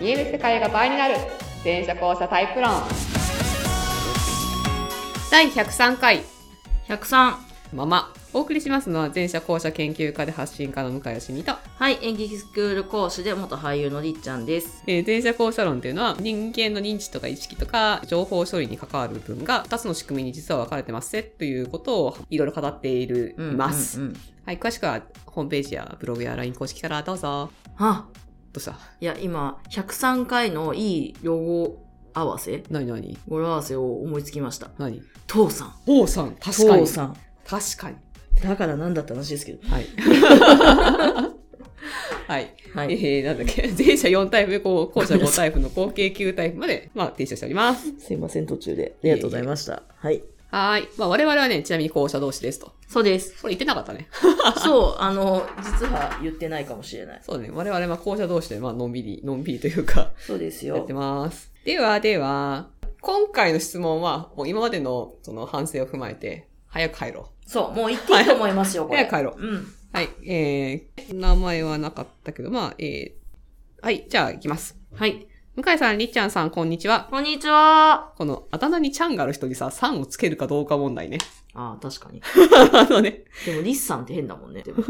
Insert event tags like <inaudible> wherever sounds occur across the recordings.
見える世界が倍になる全車交差タイプ論第103回103ママお送りしますのは全社交差研究家で発信家の向井義美と、はい演劇スクール講師で元俳優のりっちゃんですえー、前者交差論っていうのは人間の認知とか意識とか情報処理に関わる部分が2つの仕組みに実は分かれてますねということをいろいろ語っているうんます、うんうんはい詳しくはホームページやブログや LINE 公式からどうぞあどうしたいや今103回のいいロゴ合わせ何何語呂合わせを思いつきました何父さん父さん確かに父さん確かにだからなんだって話ですけどはい <laughs> はい、はえいー、なんだっけ <laughs> 前者4タイプ後者5タイプの合計9タイプまで、まあ、提唱しておりますすいません途中でありがとうございましたはいはーい、まあ、我々はねちなみに後者同士ですとそう <laughs> ですこれ言ってなかったね <laughs> そうあの実は言ってないかもしれないそうね。我々は校舎同士で、まあ、のんびり、のんびりというか、そうですやっよてます。では、では、今回の質問は、もう今までの、その反省を踏まえて、早く帰ろそうもう言っていいと思いますよう。これ早く帰ろう。うんはい。えー、名前はなかったけど、まあ、えー、はい、じゃあ行きます。はい向井さん、りっちゃんさん、こんにちは。こんにちはこの、あだ名にちゃんがある人にさ、さんをつけるかどうか問題ね。 <laughs> ああ確かにあのね、でもリスさんって変だもんね <laughs> でも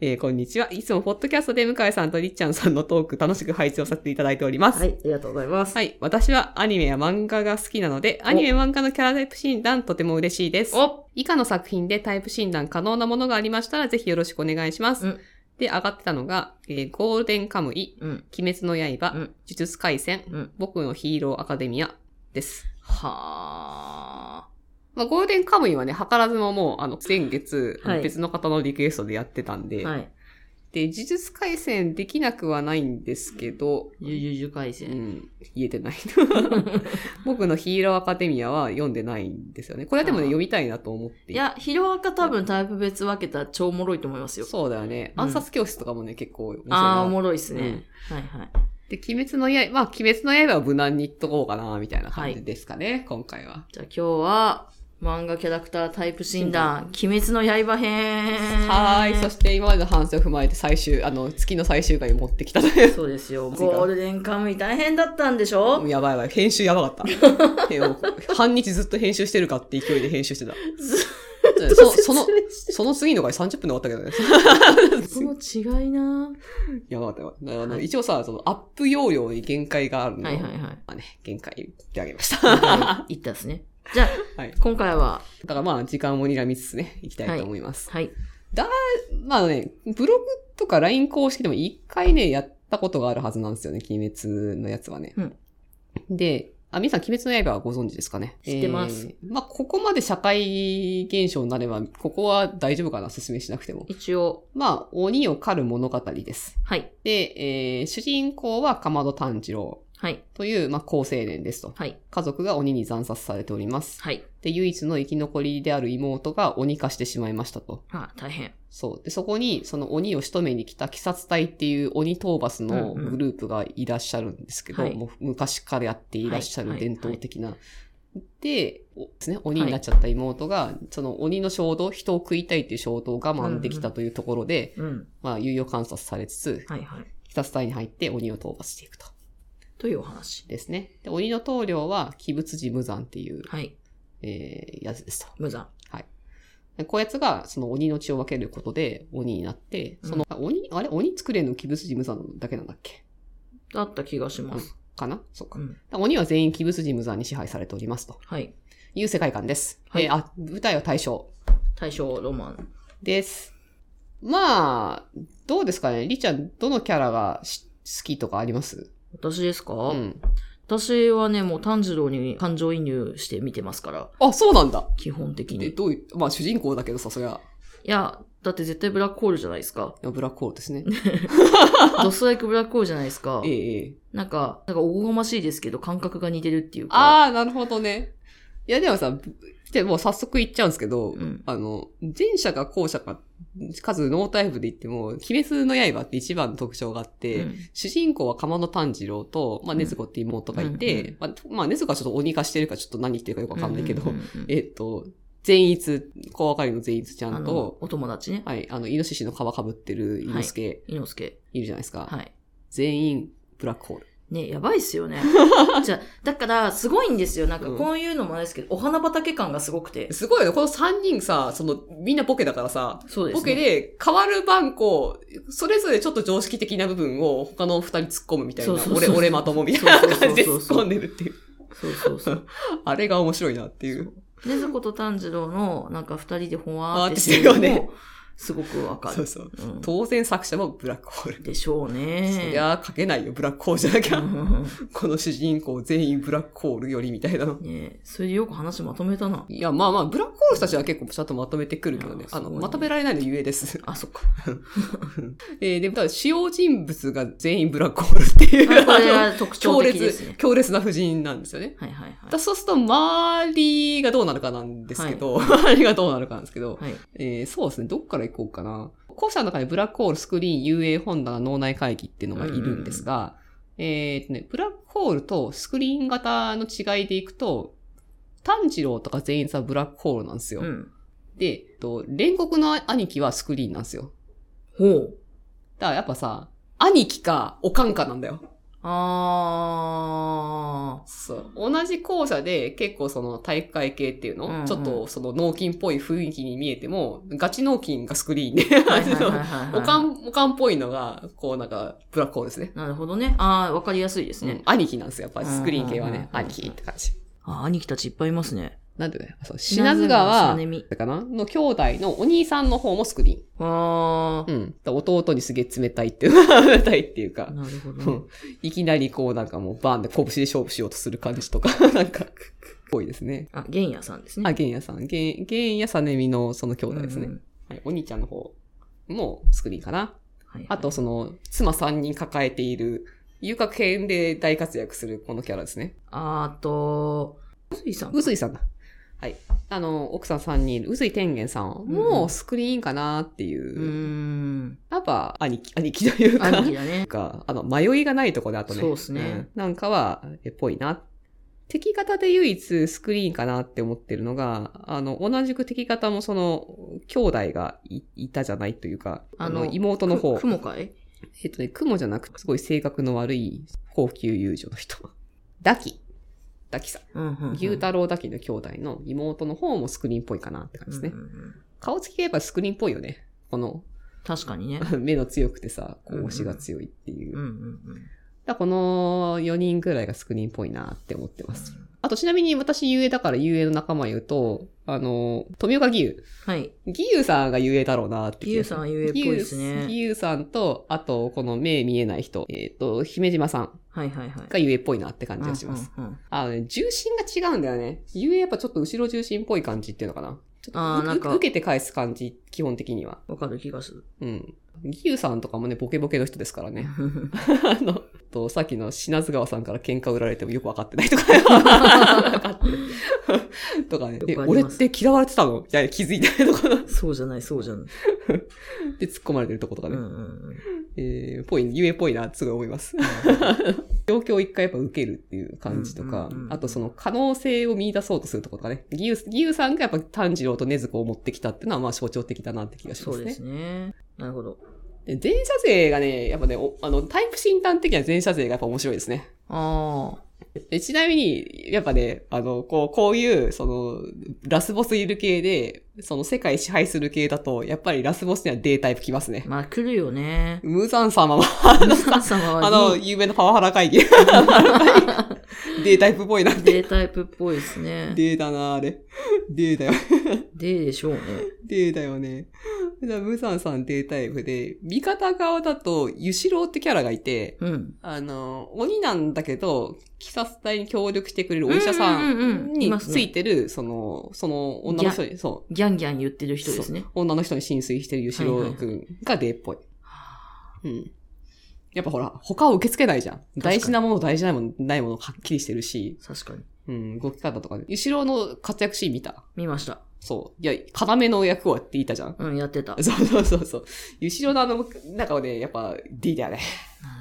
えー、こんにちは。いつもポッドキャストで向井さんとりっちゃんさんのトーク楽しく配置をさせていただいております。はい、ありがとうございます。はい。私はアニメや漫画が好きなので、アニメ漫画のキャラタイプ診断とても嬉しいです。お以下の作品でタイプ診断可能なものがありましたら、ぜひよろしくお願いします。うんで、上がってたのが、えーゴールデンカムイ、うん。鬼滅の刃、うん呪術廻戦、うん僕のヒーローアカデミアです。はあ。まあ、ゴールデンカムイはね、図らずももう、あの、先月、あのはい別の方のリクエストでやってたんで、はい。で、呪術廻戦できなくはないんですけど、ゆゆゆ回う戦。ん、言えてない。僕のヒーローアカデミアは読んでないんですよね。これはでもね、あー読みたいなと思っていて <laughs> いや、ヒロアカ多分タイプ別分けたら超おもろいと思いますよ。そうだよね。うん暗殺教室とかもね、結構面白いあなあ、おもろいっすね。はいはい。で、鬼滅の刃、まあ、鬼滅の刃は無難にいっとこうかな、みたいな感じですかね、今回は。じゃあ今日は、漫画キャラクタータイプ診断、鬼滅の刃編。はーい。そして今までの反省を踏まえて最終、あの、月の最終回に持ってきたという。そうですよ。次がゴールデンカムイ大変だったんでしょ、やばいやばい。編集やばかった。 <laughs> でも半日ずっと編集してるかって勢いで編集してた。ずっそそと説の、明してその次の回30分で終わったけどね。 <laughs> その違いなやばかったよ。あの、はい一応さ、そのアップ容量に限界があるの。はいはいはい。まあね、限界言ってあげま <laughs> した。はい言ったっすね。じゃあ、はい。今回は、だからまあ、時間を睨みつつね、いきたいと思います。はい。まあね、ブログとか LINE 公式でも一回ね、やったことがあるはずなんですよね、鬼滅のやつはね。うんで、あ、皆さん、鬼滅の刃はご存知ですかね知ってますえーまあ、ここまで社会現象になれば、ここは大丈夫かな、説明しなくても。一応、まあ、鬼を狩る物語です。はい。で、えー主人公はかまど炭治郎。はい。という、まあ、高青年ですと。はい。家族が鬼に惨殺されております。はい。で、唯一の生き残りである妹が鬼化してしまいましたと。あ、大変。そう。で、そこに、その鬼を仕留めに来た鬼殺隊っていう鬼討伐のうんうんグループがいらっしゃるんですけど、はいもう昔からやっていらっしゃるはいはい伝統的な。で、おですね、鬼になっちゃった妹が、その鬼の衝動、人を食いたいっていう衝動を我慢できたというところで、うん。まあ、猶予観察されつつ、はいはい。鬼殺隊に入って鬼を討伐していくと。というお話。ですね。で、鬼の棟梁は、鬼仏寺無惨っていう、はい。えー、やつですと。無残。でこやつが、その鬼の血を分けることで、鬼になって、その、あ鬼、あれ鬼作れんの鬼仏寺無惨だけなんだっけだった気がします。かなそうか。うん。鬼は全員鬼仏寺無惨に支配されておりますとはい。いう世界観です。はいえーあ、舞台は大正大正ロマン。です。まあ、どうですかねりちゃん、どのキャラがし好きとかあります私ですか、うん。私はね、もう炭治郎に感情移入して見てますから、あ、そうなんだ。基本的に。え、いどういう、まあ主人公だけどさ、そりゃ、。や、だって絶対ブラックホールじゃないですかブラックホールですね。ドストライクブラックホールじゃないですかえ。えええなんか、なんかおこがましいですけど、感覚が似てるっていうか。ああ。あ、なるほどね。いや、でもさ、ぶじゃあもう早速言っちゃうんですけど、うん。あの、前者か後者か、数ノータイプで言っても、鬼滅の刃って一番の特徴があって、うん主人公は釜野炭治郎と、まあ、うん禰豆子って妹がいて、うんうんまあ、まあ、禰豆子はちょっと鬼化してるかちょっと何言ってるかよくわかんないけど、うううんうんえっと、善逸、小分かりの善逸ちゃあんのと、、お友達ね。はい、あの、イノシシの皮被ってる伊之助猪之助。いるじゃないですか。はい。全員、ブラックホール。ね、やばいっす <laughs> よね。じゃあだから、すごいんですよ。なんか、うんこういうのもあれですけど、お花畑感がすごくて。すごいよね。この3人さ、その、みんなボケだからさ、そうですボケね。で、変わる番号、それぞれちょっと常識的な部分を他の二人突っ込むみたいなそうそう、そう俺、俺まともみたいなそうそうそうそう感じで突っ込んでるっていう。そうそうそう。あれが面白いなっていう。 <laughs> ねずこと炭治郎の、なんか二人でほわーってあーってしてるよねしてるのもすごくわかそうる。そう。うん当然作者もブラックホール。でしょうそね。りゃ書けないよ、ブラックホールじゃなきうゃ。んこの主人公全員ブラックホールよりみたいなの。 <laughs> ねそれでよく話まとめたな。いや、まあまあ、ブラックホールたちは結構ちゃんとまとめてくるけどね。ああすごの、いねまとめられないのゆえです。 <laughs> あ、そっか。えー、でも、ただ主要人物が全員ブラックホールっていう、まあこれあの、は特徴強的ですね烈、。強烈な布陣なんですよね。はいはいだそうすると、周りがどうなるかなんですけど、周りがどうなるかなんですけど、はい。はい。えーそうですね、どっから行こうかな。校舎の中にブラックホール、スクリーン、UA 本棚、脳内会議っていうのがいるんですが、えーとね、ブラックホールとスクリーン型の違いでいくと、炭治郎とか全員さ、ブラックホールなんですよ。うん。で、えっと、煉獄の兄貴はスクリーンなんですよ。ほう。だからやっぱさ、兄貴か、おかんかなんだよ。あそう。同じ校舎で結構その体育会系っていうの、うんうんちょっとその脳筋っぽい雰囲気に見えても、ガチ脳筋がスクリーンで、 <laughs> ー。はいはいはいはいはいおか。ん、おかんっぽいのが、こうなんか、ブラックホールですね。なるほどね。ああ、わかりやすいですうね。ん、兄貴なんですよ、やっぱりスクリーン系はうんうんね。うんうん兄貴って感じ。あー、兄貴たちいっぱいいますね。なんでね、そう、品津川品津かなの兄弟のお兄さんの方もスクリ川ーン。うん。だ弟にすげえ冷たいっていう、 <laughs> 冷たいっていうああ、か、なるほどうねん。いきなりこうなんかもうバーンで拳で勝負しようとする感じとか、 <laughs> なんか、多いですね。あ、玄也さんですね。あ、玄也さん。玄玄也さねみのその兄弟ですね、うんうんはい。お兄ちゃんの方もスクリーンかな。はいあと、その、妻3人抱えている、遊郭編で大活躍するこのキャラですね。あと、臼井さん。うずいさんだ。はい。あの、奥さん3人いる、うずい天元さんもスクリーンかなっていうう、ーん。やっぱ兄貴、兄貴というか、兄貴なだねん。か、あの、迷いがないとこであとね。そうっすねんなんかは、え、ぽいな。敵方で唯一スクリーンかなって思ってるのが、あの、同じく敵方もその、兄弟がいいたじゃないというか、あの、あの妹の方く。雲かいえっとね、雲じゃなく、すごい性格の悪い高級遊女の人。ダキ。ダキさん。うんうんうん。牛太郎ダキの兄弟の妹の方もスクリーンっぽいかなって感じですねう。んうんうん顔つきがやっぱスクリーンっぽいよね。この、確かにね。 <laughs> 目の強くてさ、こうんう、うん押しが強いっていう。うんうんだからこの4人ぐらいがスクリーンっぽいなって思ってます。あとちなみに私 UA だから UA の仲間言うと、あの、富岡義勇。はい。義勇さんが UA だろうなって気がする。義勇さんは UA っぽいですね義勇義勇さんと、あとこの目見えない人、えっ、と、姫島さんはいはいはい。が UA っぽいなって感じがします。うんうんうんあのね、重心が違うんだよね。UA やっぱちょっと後ろ重心っぽい感じっていうのかな。ちょっとあーなんかう受けて返す感じ、基本的には。わかる気が <laughs> する。うん。義勇さんとかもね、ボケボケの人ですからね。あの、と、さっきの品津川さんから喧嘩売られてもよく分かって <laughs> ないとか、分かってるとかね。でよくあり俺っますて嫌われてたのみたいな気づいてないところそうじゃない、そうじゃない。で突っ込まれてるとことかうんうね。んうん。えー、ぽい、ゆえっぽいなってすごい思います。 <laughs> 状況を一回やっぱ受けるっていう感じとかうんうんう、んあとその可能性を見出そうとするとことかね。義勇、義勇さんがやっぱ炭治郎と禰豆子を持ってきたっていうのはまあ象徴的だなって気がしそまうすねで。すね。なるほど。で前者勢がね、やっぱね、おあの、タイプ診断的な前者勢がやっぱ面白いですね。ああ。でちなみに、やっぱね、あの、こう、こういう、その、ラスボスいる系で、その世界支配する系だと、やっぱりラスボスには D タイプ来ますね。。まあ来るよねムーザン様は、皆様あの、は D 有名なパワハラ会議。D タイプっぽいなって。 D タイプっぽいですね。 D だな、あれ。D だよ。 D でしょうね。 D だよね。だからムーザンさん D タイプで、味方側だと、ユシローってキャラがいて、うん。あの、鬼なんだけど、鬼殺隊に協力してくれるお医者さうんうんうんんうんいにますねついてる、その、その女の人に、そう、ギャンギャン言ってる人ですね。女の人に浸水してる吉郎くんがデーっぽい。うん。やっぱほら、他を受け付けないじゃん。かに大事なもの、大事なもの、ないもの、はっきりしてるし、確かに。うん、動き方とかね。吉郎の活躍シーン見た。見ました。そう。いや、要の役をやっていたじゃん。うん、やってた。なそうそうそうそう。吉郎のあの、なんかね、やっぱ D だよね。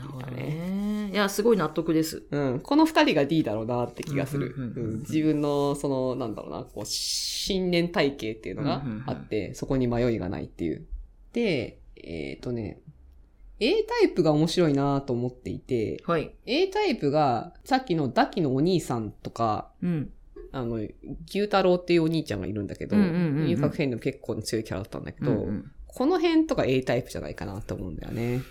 るほどね。いや、すごい納得です。うん、この二人が D だろうなって気がする。ううんうんうんうんん自分の、その、なんだろうな、こう、信念体系っていうのがあって、そこに迷いがないっていう。で、えっ、とね、 A タイプが面白いなと思っていて、はい。 A タイプが、さっきのダキのお兄さんとか、うん。あの、牛太郎っていうお兄ちゃんがいるんだけど、うんうんうんうん遊郭編でも結構強いキャラだったんだけど、うんうんこの辺とか A タイプじゃないかなと思うんだよね。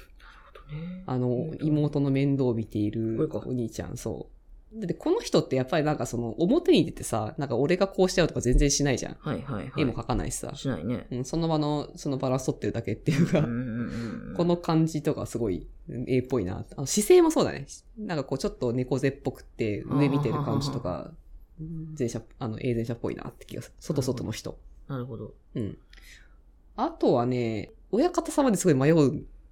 あの、妹の面倒を見ていこれるかお兄ちゃん、そう。だってこの人ってやっぱりなんかその表に出てさ、なんか俺がこうしちゃうとか全然しないじゃん。はいはいはい。絵も描かないしさ。しないね。うん、その場の、そのバランス取ってるだけっていうか、 <laughs> このの、感じとかすごいうん A っぽいな。あの姿勢もそうだね。なんかこうちょっと猫背っぽくて、上見てる感じとか、前者、あの、A 前者っぽいなって気がする。外外の人。なるほど。うん。あとはね、親方様ですごい迷っ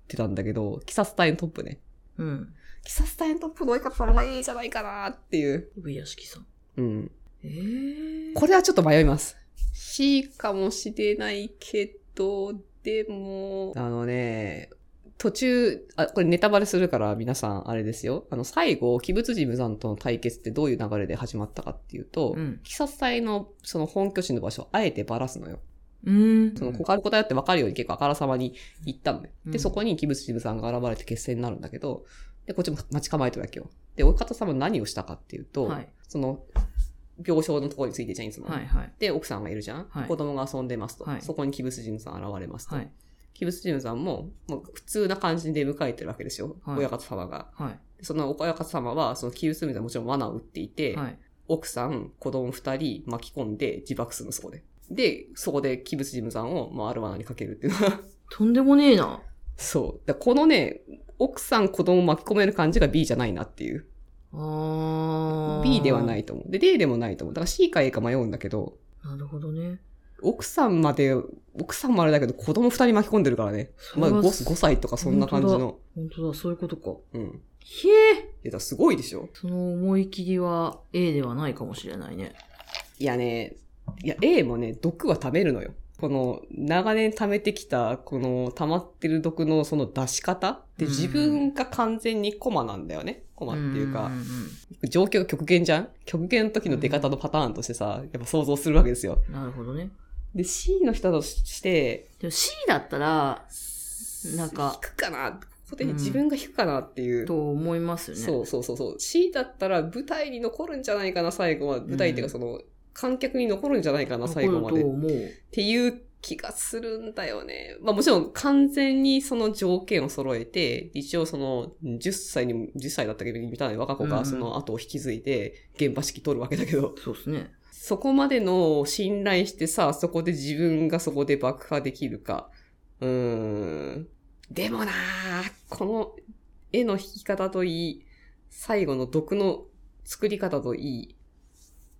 てたんだけど、鬼殺隊のトップね。うん。鬼殺隊のトップの親方様がいいじゃないかなっていう。上屋敷さん。うん。えー。これはちょっと迷います。C かもしれないけど、でも、あのね、途中、あ、これネタバレするから皆さんあれですよ。あの、最後、鬼物寺無惨との対決ってどういう流れで始まったかっていうと、うん。鬼殺隊のその本拠地の場所をあえてばらすのよ。うん。その、小かる答えって分かるように結構あからさまに行ったのね。うんで、そこに鬼物寺無惨が現れて決戦になるんだけど、で、こっちも待ち構えてるわけよ。で、お方様何をしたかっていうと、はい。その、病床のところについてじゃん、いつも。はいはい。で、奥さんがいるじゃん、はい子供が遊んでますと。はいそこにキブスジムさん現れますと。はい。キブスジムさんも、もう普通な感じで出迎えてるわけですよ。はい親方様が。はい。その親方様は、そのキブスジムさんはもちろん罠を打っていて、はい。奥さん、子供二人巻き込んで自爆するの、そこで。で、そこでキブスジムさんを、まあ、ある罠にかけるっていうの <laughs> は。とんでもねえな。そう。だからこのね、奥さん、子供巻き込める感じが B じゃないなっていう。あー B ではな。いと思う。で、D でもないと思う。だから C か A か迷うんだけど、なるほどね。奥さんまで、奥さんもあれだけど、子供二人巻き込んでるからね。それまあは 5, 5歳とかそんな感じの。本当だ、そういうことか。うん。ひええ、だからすごいでしょその思い切りは A ではないかもしれないね。いやね、いや、A もね、毒は溜めるのよ。この、長年溜めてきた、この、溜まってる毒のその出し方ってうん自分が完全にコマなんだよね。コマっていうかん、ん状況が極限じゃん極限の時の出方のパターンとしてさ、やっぱ想像するわけですよ。うんなるほどね。で、C の人だとして、でも C だったら、なんか引くかなここで自分が引くかなっていう。と思いますよね。そうそうそうそう。C だったら舞台に残るんじゃないかな、最後は。舞台っていうかその、観客に残るんじゃないかな、残最後まで。るとっ思う。ていう気がするんだよね。まあもちろん完全にその条件を揃えて、一応その10歳にも、10歳だったけど、みたいな若子うんうがんその後を引き継いで、現場式取るわけだけど、そうですね。そこまでの信頼してさ、そこで自分がそこで爆破できるか。うーん。でもなあこの絵の引き方といい、最後の毒の作り方といい。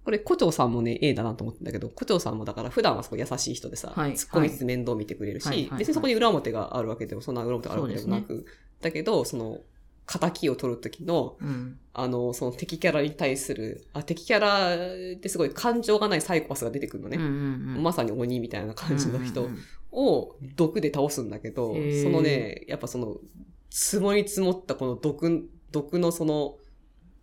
これ、胡蝶さんもね、A だなと思ったんだけど、胡蝶さんもだから普段はすごい優しい人でさ、はい突っ込みつつ面倒見てくれるし、はいはいはい別にそこに裏表があるわけでも、そんな裏表があるわけでもなく、だけど、その、仇を取る時の、うん。あの、その敵キャラに対する、あ、敵キャラってすごい感情がないサイコパスが出てくるのうんうね。んうん、まさに鬼みたいな感じのうん人うんうんを毒で倒すんだけど、へーそのね、やっぱその、積もり積もったこの毒、毒のその、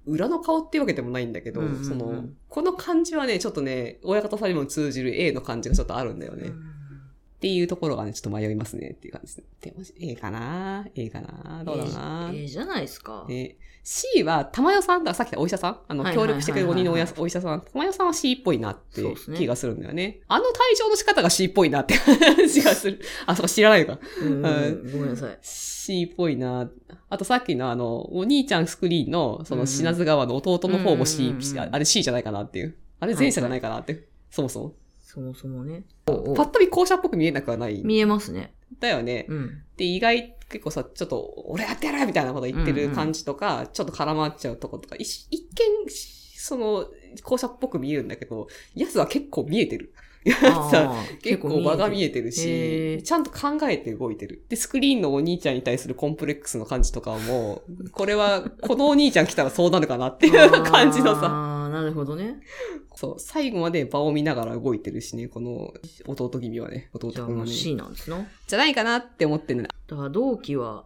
裏の顔っていうわけでもないんだけど、うんうんうんその、この感じはね、ちょっとね、親方さんにも通じる A の感じがちょっとあるんだよね。うっんていうところがね、ちょっと迷いますねっていう感じで。でも、A かな ?A かなどうだろうな A, A じゃないですか。ね、C は、玉代さんだ、さっきのお医者さんあの、はいは協いはいは力いしてくれる鬼のおやお医者さん、玉代さんは C っぽいなってそうですね気がするんだよね。あの退場の仕方が C っぽいなって <laughs> 気がする。あ、そこ知らないのか。うんうんうごめんなさい。 C っぽいな。あとさっきのあの、お兄ちゃんスクリーンの、そうんのうん品津川の弟の方もうん C うんうん、ああれ C じゃないかなっていう。あれ前者じゃないかなって。そもそも。そもそもね。パッと見校舎っぽく見えなくはない。見えますね。だよね。 <laughs> うん。で、意外、結構さ、ちょっと、俺やってやるみたいなこと言ってうんるうん感じとか、ちょっと絡まっちゃうとことか、一一見、その、校舎っぽく見えるんだけど、やつは結構見えてる。やつはあー結構場が見ええてるへしー、ちゃんと考えて動いてる。で、スクリーンのお兄ちゃんに対するコンプレックスの感じとかも、これは、このお兄ちゃん来たらそうなるかなってているう感じのさ。ああ、なるほどね。そう、最後まで場を見ながら動いてるしね、この、弟君はね、弟じゃあ君もはうね。 C なんですな。じゃないかなって思ってるんだだから同期は、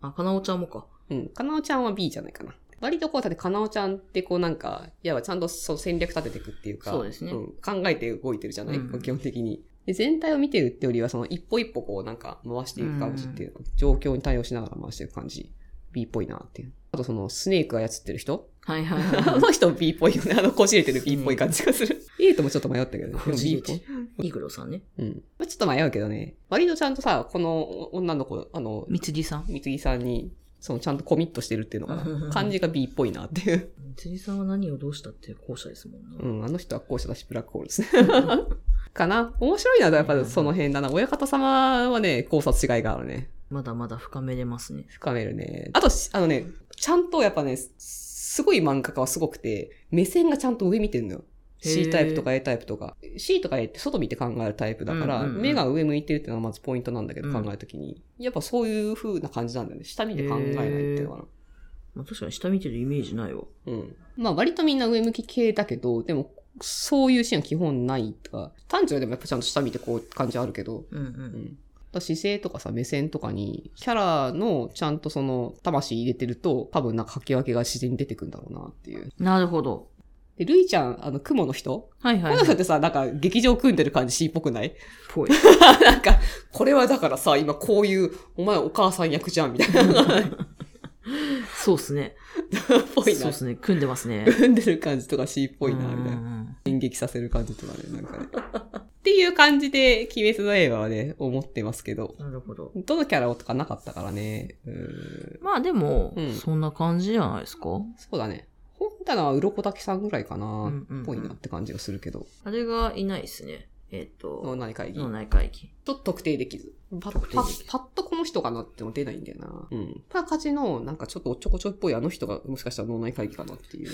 あ、かなおちゃんもか。うん。かなおちゃんは B じゃないかな。割とこう、だってかなおちゃんってこうなんか、いやちゃんとそう戦略立てていくっていうか、そうですねん考えて動いてるじゃない、うん基本的に。で全体を見てるってよりは、その一歩一歩こうなんか回していく感じっていう、状況に対応しながら回していく感じ、B っぽいなっていう。あとそのスネーク操ってる人 <laughs> はいはいあは <laughs> の人も B っぽいよね。あの、こじれてる B っぽい感じがする。エイトもちょっと迷ったけどね。でもこじれて B っぽいい。イグロさんね。うん。まあちょっと迷うけどね。割とちゃんとさ、この女の子、あの、三つさん。三木さんに、そのちゃんとコミットしてるっていうのかうんうんうな。ん感じが B っぽいなって <laughs> いう。三つさんは何をどうしたって後者ですもんうね。ん、あの人は後者だし、ブラックホールですね。 <laughs> かな。面白いのはやっぱその辺だな。親方様はね、考察違いがあるね。 <laughs> まだまだ深めれますね。深めるね。あと、しあのね、ちゃんとやっぱね、すごい漫画家はすごくて、目線がちゃんと上見てるのよ。へー C タイプとか A タイプとか。C とか A って外見て考えるタイプだから、うんうんうん目が上向いてるっていうのはまずポイントなんだけど、うん考えるときに。やっぱそういう風な感じなんだよね。下見て考えないっていうのかな。まあ、確かに下見てるイメージないわ。うん。まあ割とみんな上向き系だけど、でもそういうシーンは基本ないとか、単純でもやっぱちゃんと下見てこう感じあるけど、うんう。うんん。だから姿勢とかさ、目線とかに、キャラのちゃんとその魂入れてると、多分なんか書き分けが自然に出てくんだろうなっていう。なるほど。で、ルイちゃん、あの、雲の人はいはこのい、はい人。ってさ、なんか劇場組んでる感じ C っぽくない <laughs> ぽい。なんか、これはだからさ、今こういう、お前お母さん役じゃん、みたいな。っ <laughs> そうっすね。ぽいそうなっ。すね。組んでますね。 <laughs> 組んでる感じとか C っぽいな、みたいなう。ん演劇させる感じとかね、なんかね。っていう感じで、鬼滅の映画はね、思ってますけどう。んなるほど。どのキャラをとかなかったからね。うーんまあでも、うんそんな感じじゃないですかそうだね。本棚は鱗滝さんぐらいかうなんうんうん、ぽいなって感じがするけど。あれがいないですね。えっ、脳と、内会議。ち脳ょっ内会議。と特定できず。パッ特定できずパッパッとこの人かなっても出ないんだよな。うん。パーカジの、なんかちょっとおっちょこちょいっぽいあの人がもしかしたら脳内会議かなっていう。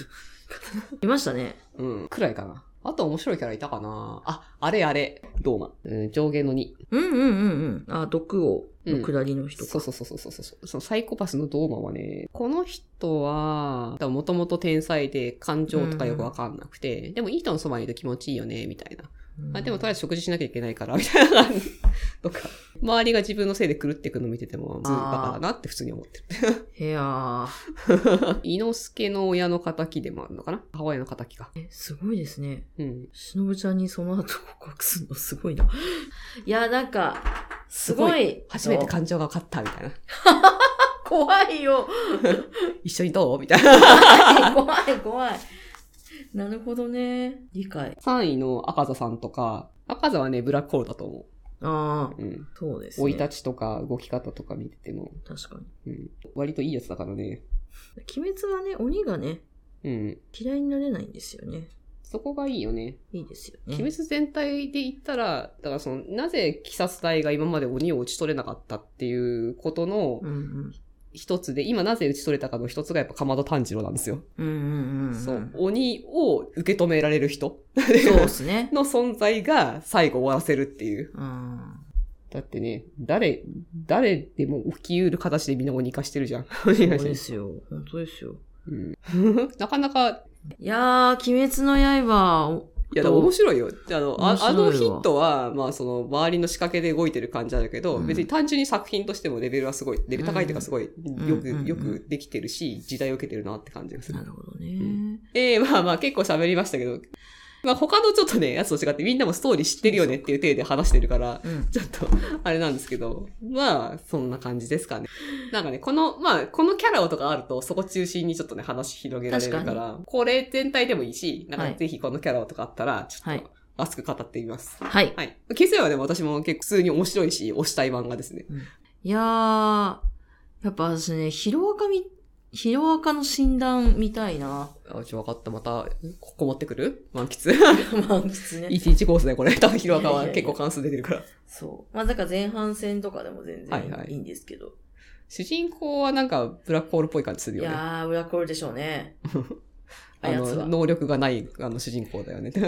いましたね。うん。くらいかな。あと面白いキャラいたかな。あ、あれあれ。ローマ。うん、上下の2。うんうんうんうん。あ、毒王の下りの人か。そうそうそうそうそうそう。そのサイコパスのドーマはね、この人は、もともと天才で感情とかよくわかんなくて、でもいい人のそばにいると気持ちいいよね、みたいな。うんあでもとりあえず食事しなきゃいけないから、みたいな。とか、周りが自分のせいで狂っていくの見てても、ずっとバカだなって普通に思ってる。いやー、 <laughs> 伊之助の親の仇でもあるのかな母親の仇か。えすごいですね。うん。しのぶちゃんにその後告白するのすごいな。いや、なんか、すごい。初めて感情が分かった、みたいな。怖 <laughs> いよ。一緒にどうみたいな。怖い怖い。なるほどね。理解。 3位の赤座さんとか、赤座はね、ブラックホールだと思ああ、う。うん。そうですね。生い立ちとか動き方とか見てても、確かに。うん、割といいやつだからね。鬼滅はね、鬼がね、うん。嫌いになれないんですよね。そこがいいよね。いいですよね。鬼滅全体で言ったら、だからその、なぜ鬼殺隊が今まで鬼を打ち取れなかったっていうことのうんうん。一つで、今なぜ打ち取れたかの一つがやっぱかまど炭治郎なんですよ。うんうんうんん。そう。鬼を受け止められる人そうです <laughs> ね。の存在が最後終わらせるっていう。うん。だってね、誰、誰でも起きうる形でみんな鬼化してるじゃん。そうですよ。本当ですよ。うん、 <laughs> なかなかいやー、鬼滅の刃を、いや、でも面白いよ。あの、あ面白あいわのヒットは、まあ、その、周りの仕掛けで動いてる感じあるけど、うん別に単純に作品としてもレベルはすごい、レベル高いっていうかすごい、んようんうんうく、んよくできてるし、時代を受けてるなって感じがするな。るほどね。んええまあまあ、結構喋りましたけど、まあ、他のちょっとね、やつと違ってみんなもストーリー知ってるよねっていう体で話してるから、うん。ちょっと、あれなんですけど、まあ、そんな感じですかね。なんかね、この、まあ、このキャラをとかあると、そこ中心にちょっとね、話広げられるから、確これ全体でもいいし、なんはかいぜひこのキャラをとかあったら、ちょはっいと、熱く語ってみます。はい。はい。決済はでも私も結構普通に面白いし、推したい漫画ですね。いやー、やっぱ私ね、ヒロアカみ、ヒロアカの診断みたいな。 <laughs> あ、ちょ、わかった。また、ここ持ってくる満喫。 <laughs> 満喫ね。一日コースね、これ。多分、ヒロアカは結構関数出てるから。そう。まあ、だから前半戦とかでも全はいは然いいいんですけど。主人公はなんか、ブラックホールっぽい感じするいよね。やー、裏コールでしょうね。ああやつはの、能力がない、あの、主人公だよね。 <laughs>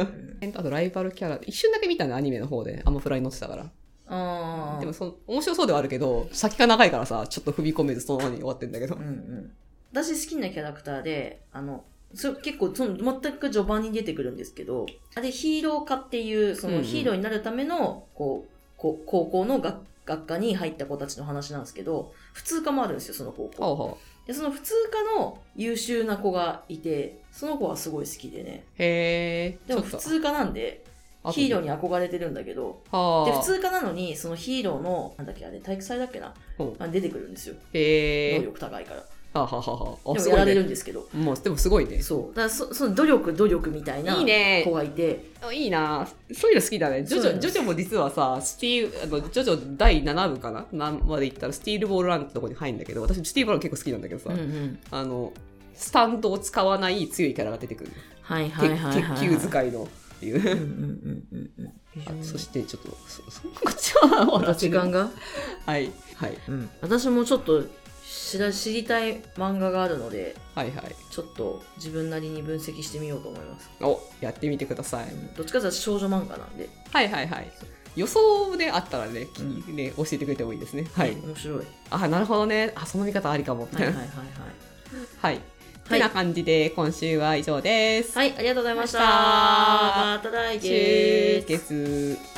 あと、ライバルキャラ。一瞬だけ見たね、アニメの方で。アマプラに載ってたから。あー。でも、その、面白そうではあるけど、先が長いからさ、ちょっと踏み込めず、そのままに終わってんだ <laughs> けどうん。うん。私好きなキャラクターで、あの、そ結構その全く序盤に出てくるんですけど、あれヒーロー科っていう、そうんうのんヒーローになるための、こう、こう高校の学学科に入った子たちの話なんですけど、普通科もあるんですよ、その高校。ほうほう。で、その普通科の優秀な子がいて、その子はすごい好きでね。へえ。でもちょ普っと通科なんで、あとヒーローに憧れてるんだけど、はあ。で、普通科なのに、そのヒーローの、なんだっけ、あれ、体育祭だっけなほ、あ出てくるんですよ。へ能え。力高いから。はあはあはあはあ。あ、ですもごやいられるね。んですけど。もう、でもすごいね。そう。だからそ、その努力、努力みたいないいね子。がいて、あいいなそういうの好きだね。ジョジそうョ、ジョジョも実はさ、スティール、あの、ジョジョ第7部かな何まで行ったら、スティールボールランってとこに入るんだけど、私、スティールボールラン結構好きなんだけどさ、ん。あの、スタンドを使わない強いキャラが出てくる。はいは鉄いはいはい、はい。鉄球使いのっていうう。 <laughs> んうんうんうんうん。あそして、ちょっと、そ、そ、こっちは、あ時間が。が、はい。はい。うん、私もちょっと知ら知りたい漫画があるのではいはい。ちょっと自分なりに分析してみようと思います、お、やってみてください。どっちかというと少女漫画なんで、はいはいはい。予想であったらね、きうね教えてくれてもいいですね。はい。面白いはあ、なるほどね。あ、その見方ありかも。みたいはいいな <laughs> はいはい <laughs> はい。はていな感じで、今週は以上です。はいありがとうございましたあまた来週月月。